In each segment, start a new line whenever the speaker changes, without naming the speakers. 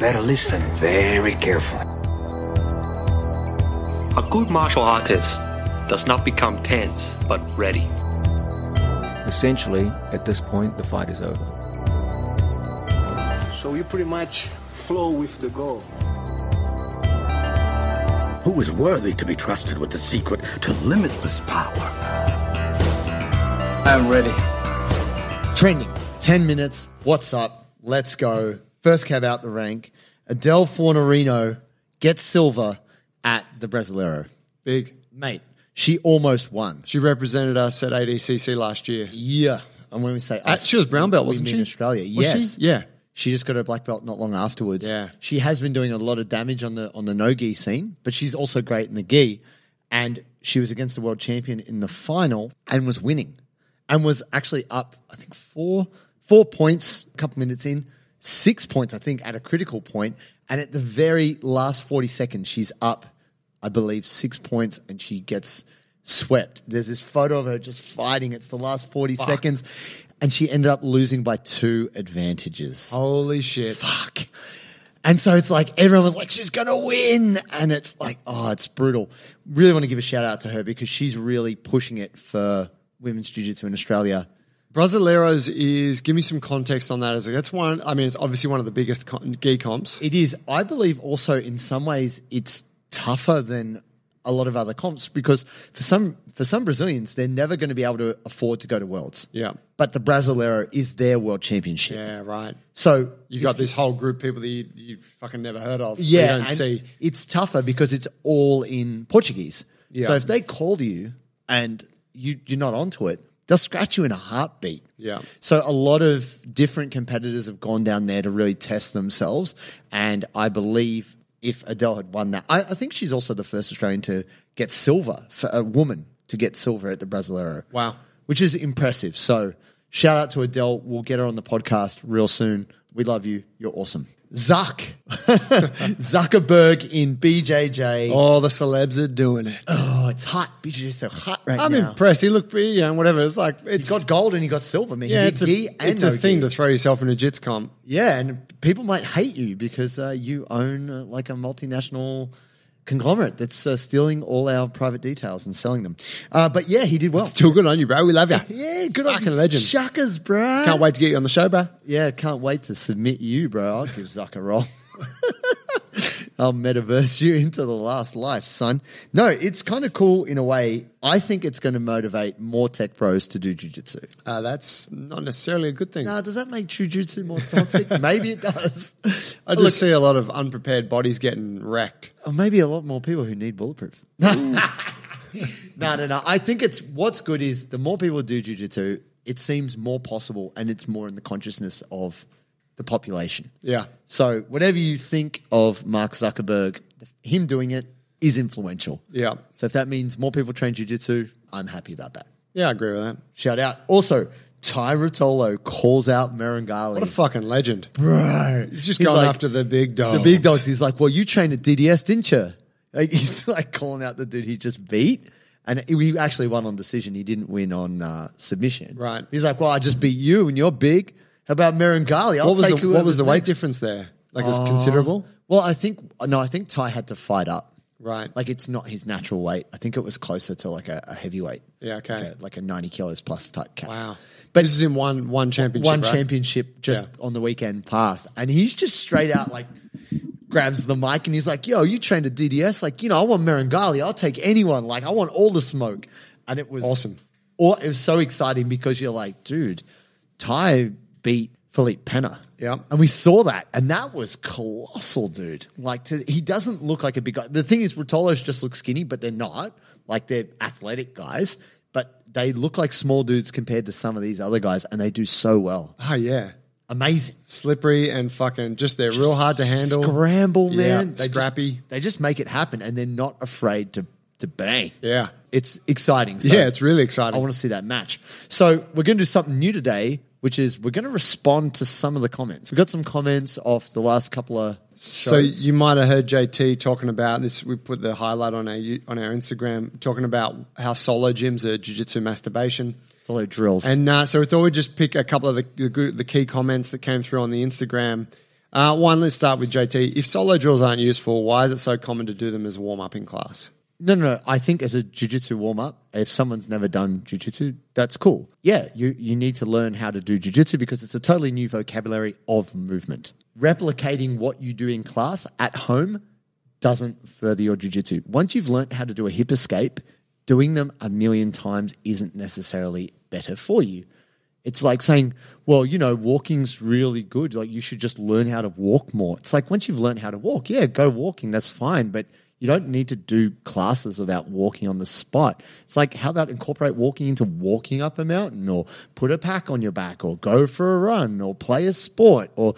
Better listen very carefully.
A good martial artist does not become tense, but ready.
Essentially, at this point, the fight is over.
So you pretty much flow with the goal.
Who is worthy to be trusted with the secret to limitless power?
I'm ready.
Trending. 10 minutes. What's up? Let's go. First cab out the rank. Adele Fornerino gets silver at the Brasileiro.
Big.
Mate, she almost won.
She represented us at ADCC last year.
Yeah. And when we say
Uh,
us,
she was brown belt,
we
wasn't
mean
she?
Australia.
Was she?
yes.
Yeah.
She just got her black belt not long afterwards.
Yeah.
She has been doing a lot of damage on the on the no gi scene, but she's also great in the gi. And she was against the world champion in the final and was winning. And was actually up, I think, four four points a couple minutes in, six points, I think, at a critical point. And at the very last 40 seconds, she's up, I believe, six points and she gets swept. There's this photo of her just fighting. It's the last 40 seconds. And she ended up losing by two advantages
Holy shit.
fuck. And so it's like everyone was like, she's gonna win. And it's like, oh, it's brutal. Really want to give a shout out to her because she's really pushing it for women's jiu jitsu in Australia.
Brasileiros is, give me some context on that. As That's one, I mean, it's obviously one of the biggest con- gi comps.
It is, I believe, also in some ways it's tougher than a lot of other comps because for some for some Brazilians, they're never going to be able to afford to go to worlds.
Yeah.
But the Brasileiro is their world championship.
yeah, right.
So
You got this whole group of people that you, you fucking never heard of. that
Yeah,
You don't
and
see.
It's tougher because it's all in Portuguese.
Yeah.
So if they call you and you, you're not onto it, they'll scratch you in a heartbeat.
Yeah.
So a lot of different competitors have gone down there to really test themselves, and I believe if Adele had won that, I, I think she's also the first Australian to get silver for a woman to get silver at the Brasileiro.
Wow.
which is impressive. So shout out to Adele. We'll get her on the podcast real soon. We love you. You're awesome. Zuck. Zuckerberg in BJJ. Oh,
All the celebs are doing it.
it's hot. BJJ is so hot right
I'm
now.
impressed. He looked, you know, whatever. It's like,
He
it's
got gold and he got silver. Man.
yeah,
He
it's a,
gi and
it's a
no
thing
gi.
to throw yourself in a jits comp.
Yeah, and people might hate you because uh, you own uh, like a multinational conglomerate that's uh, stealing all our private details and selling them. Uh, but yeah, he did well.
Still good on you, bro. We love you.
yeah, good on
Fucking
you.
legend.
Shuckers, bro.
Can't wait to get you on the show, bro.
Yeah, can't wait to submit you, bro. I'll give Zuck a roll. I'll metaverse you into the last life, son. No, it's kind of cool in a way. I think it's going to motivate more tech pros to do jujitsu.
Uh, that's not necessarily a good thing.
Now, does that make jujitsu more toxic? Maybe it does.
I just see a lot of unprepared bodies getting wrecked.
Or oh, maybe a lot more people who need bulletproof. no, no, no. I think it's what's good is the more people do jujitsu, it seems more possible and it's more in the consciousness of the population.
Yeah.
So whatever you think of Mark Zuckerberg, him doing it is influential.
Yeah.
So if that means more people train jujitsu, I'm happy about that.
Yeah, I agree with that.
Shout out. Also, Ty Rotolo calls out Merengali.
What a fucking legend.
Bro,
He's just
He's
going
like,
after the big dogs.
the big dogs. He's like, well, you trained at DDS, didn't you? Like, he's like calling out the dude he just beat. And he actually won on decision. He didn't win on uh, submission.
Right.
He's like, well, I just beat you and you're big. How about Merengali? I'll
What was
take
the, what was the weight
difference?
difference there? Like it was considerable.
Well, I think no, I think Ty had to fight up.
Right.
Like it's not his natural weight. I think it was closer to like a, a heavyweight.
Yeah, okay.
Like a, like a ninety kilos plus type cat.
Wow.
But
this is in one one championship.
one
right?
championship just
Yeah.
on the weekend passed, and he's just straight out like grabs the mic and he's like, "Yo, you trained at DDS? Like, you know, I want Merengali. I'll take anyone. Like, I want all the smoke." And it was
Awesome.
Or it was so exciting because you're like, dude, Ty beat Philippe Penner.
Yep.
And we saw that, and that was colossal, dude. Like, to, he doesn't look like a big guy. The thing is, Rotolos just look skinny, but they're not. Like, they're athletic guys, but they look like small dudes compared to some of these other guys, and they do so well.
Oh yeah.
Amazing.
Slippery and fucking just they're real hard to handle.
Scramble,
Yeah,
man. They
scrappy.
Just, they just make it happen, and they're not afraid to, to bang.
yeah.
It's exciting. So
yeah, it's really exciting.
I want to see that match. So we're going to do something new today, which is we're going to respond to some of the comments. We got some comments off the last couple of
so
shows.
you might have heard JT talking about this. We put the highlight on our on our Instagram talking about how solo gyms are jiu-jitsu masturbation.
solo drills.
And uh, so we thought we'd just pick a couple of the, the, good- the key comments that came through on the Instagram. Uh, one, let's start with JT. If solo drills aren't useful, why is it so common to do them as warm up in class?
No, no, no. I think as a jujitsu warm up, if someone's never done jujitsu, that's cool. Yeah, you, you need to learn how to do jujitsu because it's a totally new vocabulary of movement. Replicating what you do in class at home doesn't further your jujitsu. Once you've learned how to do a hip escape, doing them a million times isn't necessarily better for you. It's like saying, well, you know, walking's really good. Like, you should just learn how to walk more. It's like once you've learned how to walk, yeah, go walking. That's fine. But you don't need to do classes about walking on the spot. It's like, how about incorporate walking into walking up a mountain or put a pack on your back or go for a run or play a sport? Or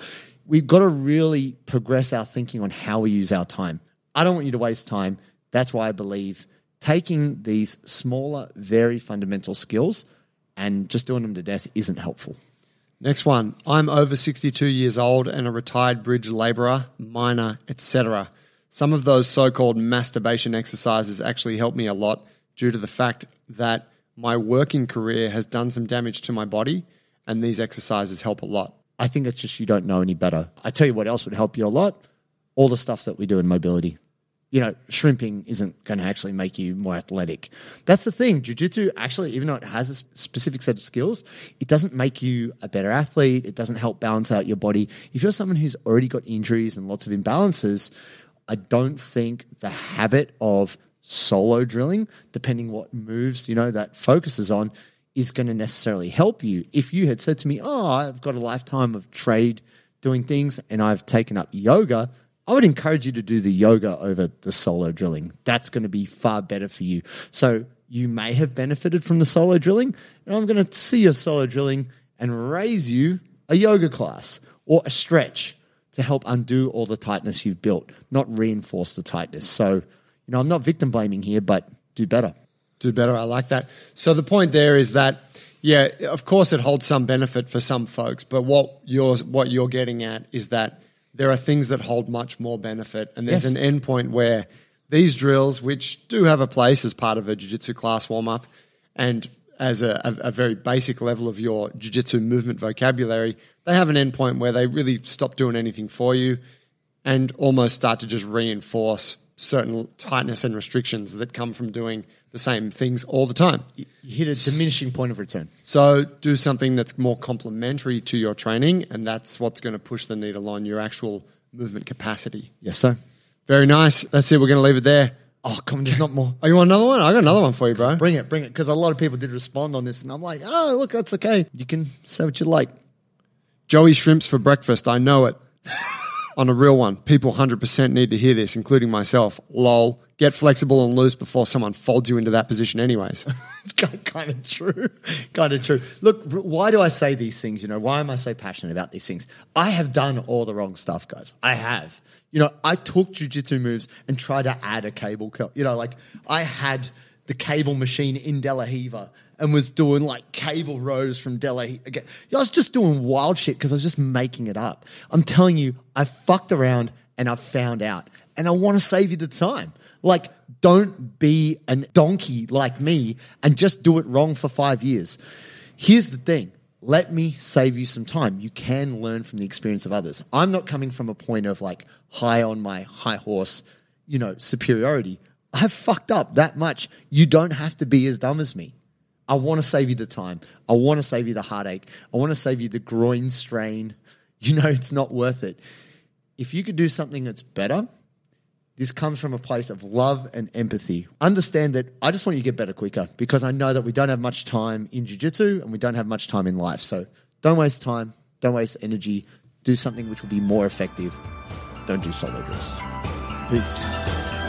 we've got to really progress our thinking on how we use our time. I don't want you to waste time. That's why I believe taking these smaller, very fundamental skills and just doing them to death isn't helpful.
Next one. I'm over 62 years old and a retired bridge laborer, miner, etc. Some of those so-called masturbation exercises actually help me a lot due to the fact that my working career has done some damage to my body and these exercises help a lot.
I think it's just you don't know any better. I tell you what else would help you a lot all the stuff that we do in mobility. You know, shrimping isn't going to actually make you more athletic. That's the thing. Jiu jitsu, actually, even though it has a s- specific set of skills, it doesn't make you a better athlete. It doesn't help balance out your body. If you're someone who's already got injuries and lots of imbalances, I don't think the habit of solo drilling, depending what moves, you know, that focuses on, is going to necessarily help you. If you had said to me, Oh, I've got a lifetime of trade doing things and I've taken up yoga, I would encourage you to do the yoga over the solo drilling. That's going to be far better for you. So you may have benefited from the solo drilling, and I'm going to see your solo drilling and raise you a yoga class or a stretch to help undo all the tightness you've built, not reinforce the tightness. So, you know, I'm not victim blaming here, but do better.
do better. I like that. So the point there is that, yeah, of course it holds some benefit for some folks, but what you're what you're getting at is that there are things that hold much more benefit, and there's
Yes.
an end point where these drills, which do have a place as part of a jiu-jitsu class warm-up, and as a, a, a very basic level of your jiu-jitsu movement vocabulary, they have an end point where they really stop doing anything for you and almost start to just reinforce certain tightness and restrictions that come from doing the same things all the time.
You hit a diminishing point of return.
So do something that's more complementary to your training, and that's what's going to push the needle on your actual movement capacity.
Yes, sir.
Very nice. That's it. We're going to leave it there.
Oh, come on, there's not more.
Oh, you want another one? I got another one for you, bro.
Bring it, bring it. Because a lot of people did respond on this, and I'm like, oh, look, that's okay. You can say what you like.
Joey shrimps for breakfast. I know it. on a real one, people 100% need to hear this, including myself. Lol. Get flexible and loose before someone folds you into that position, anyways.
It's kind of true. Kind of true. Look, r- why do I say these things? You know, why am I so passionate about these things? I have done all the wrong stuff, guys. I have. You know, I took jujitsu moves and tried to add a cable curl. You know, like I had the cable machine in Delahiva and was doing like cable rows from Delahiva. Again, I was just doing wild shit because I was just making it up. I'm telling you, I fucked around and I found out. And I want to save you the time. Like, don't be a donkey like me and just do it wrong for five years. Here's the thing let me save you some time. You can learn from the experience of others. I'm not coming from a point of like high on my high horse, you know, superiority. I've fucked up that much. You don't have to be as dumb as me. I want to save you the time. I want to save you the heartache. I want to save you the groin strain. You know, it's not worth it. If you could do something that's better, this comes from a place of love and empathy. Understand that I just want you to get better quicker because I know that we don't have much time in jujitsu and we don't have much time in life. So don't waste time, don't waste energy. Do something which will be more effective. Don't do solo drills. Peace.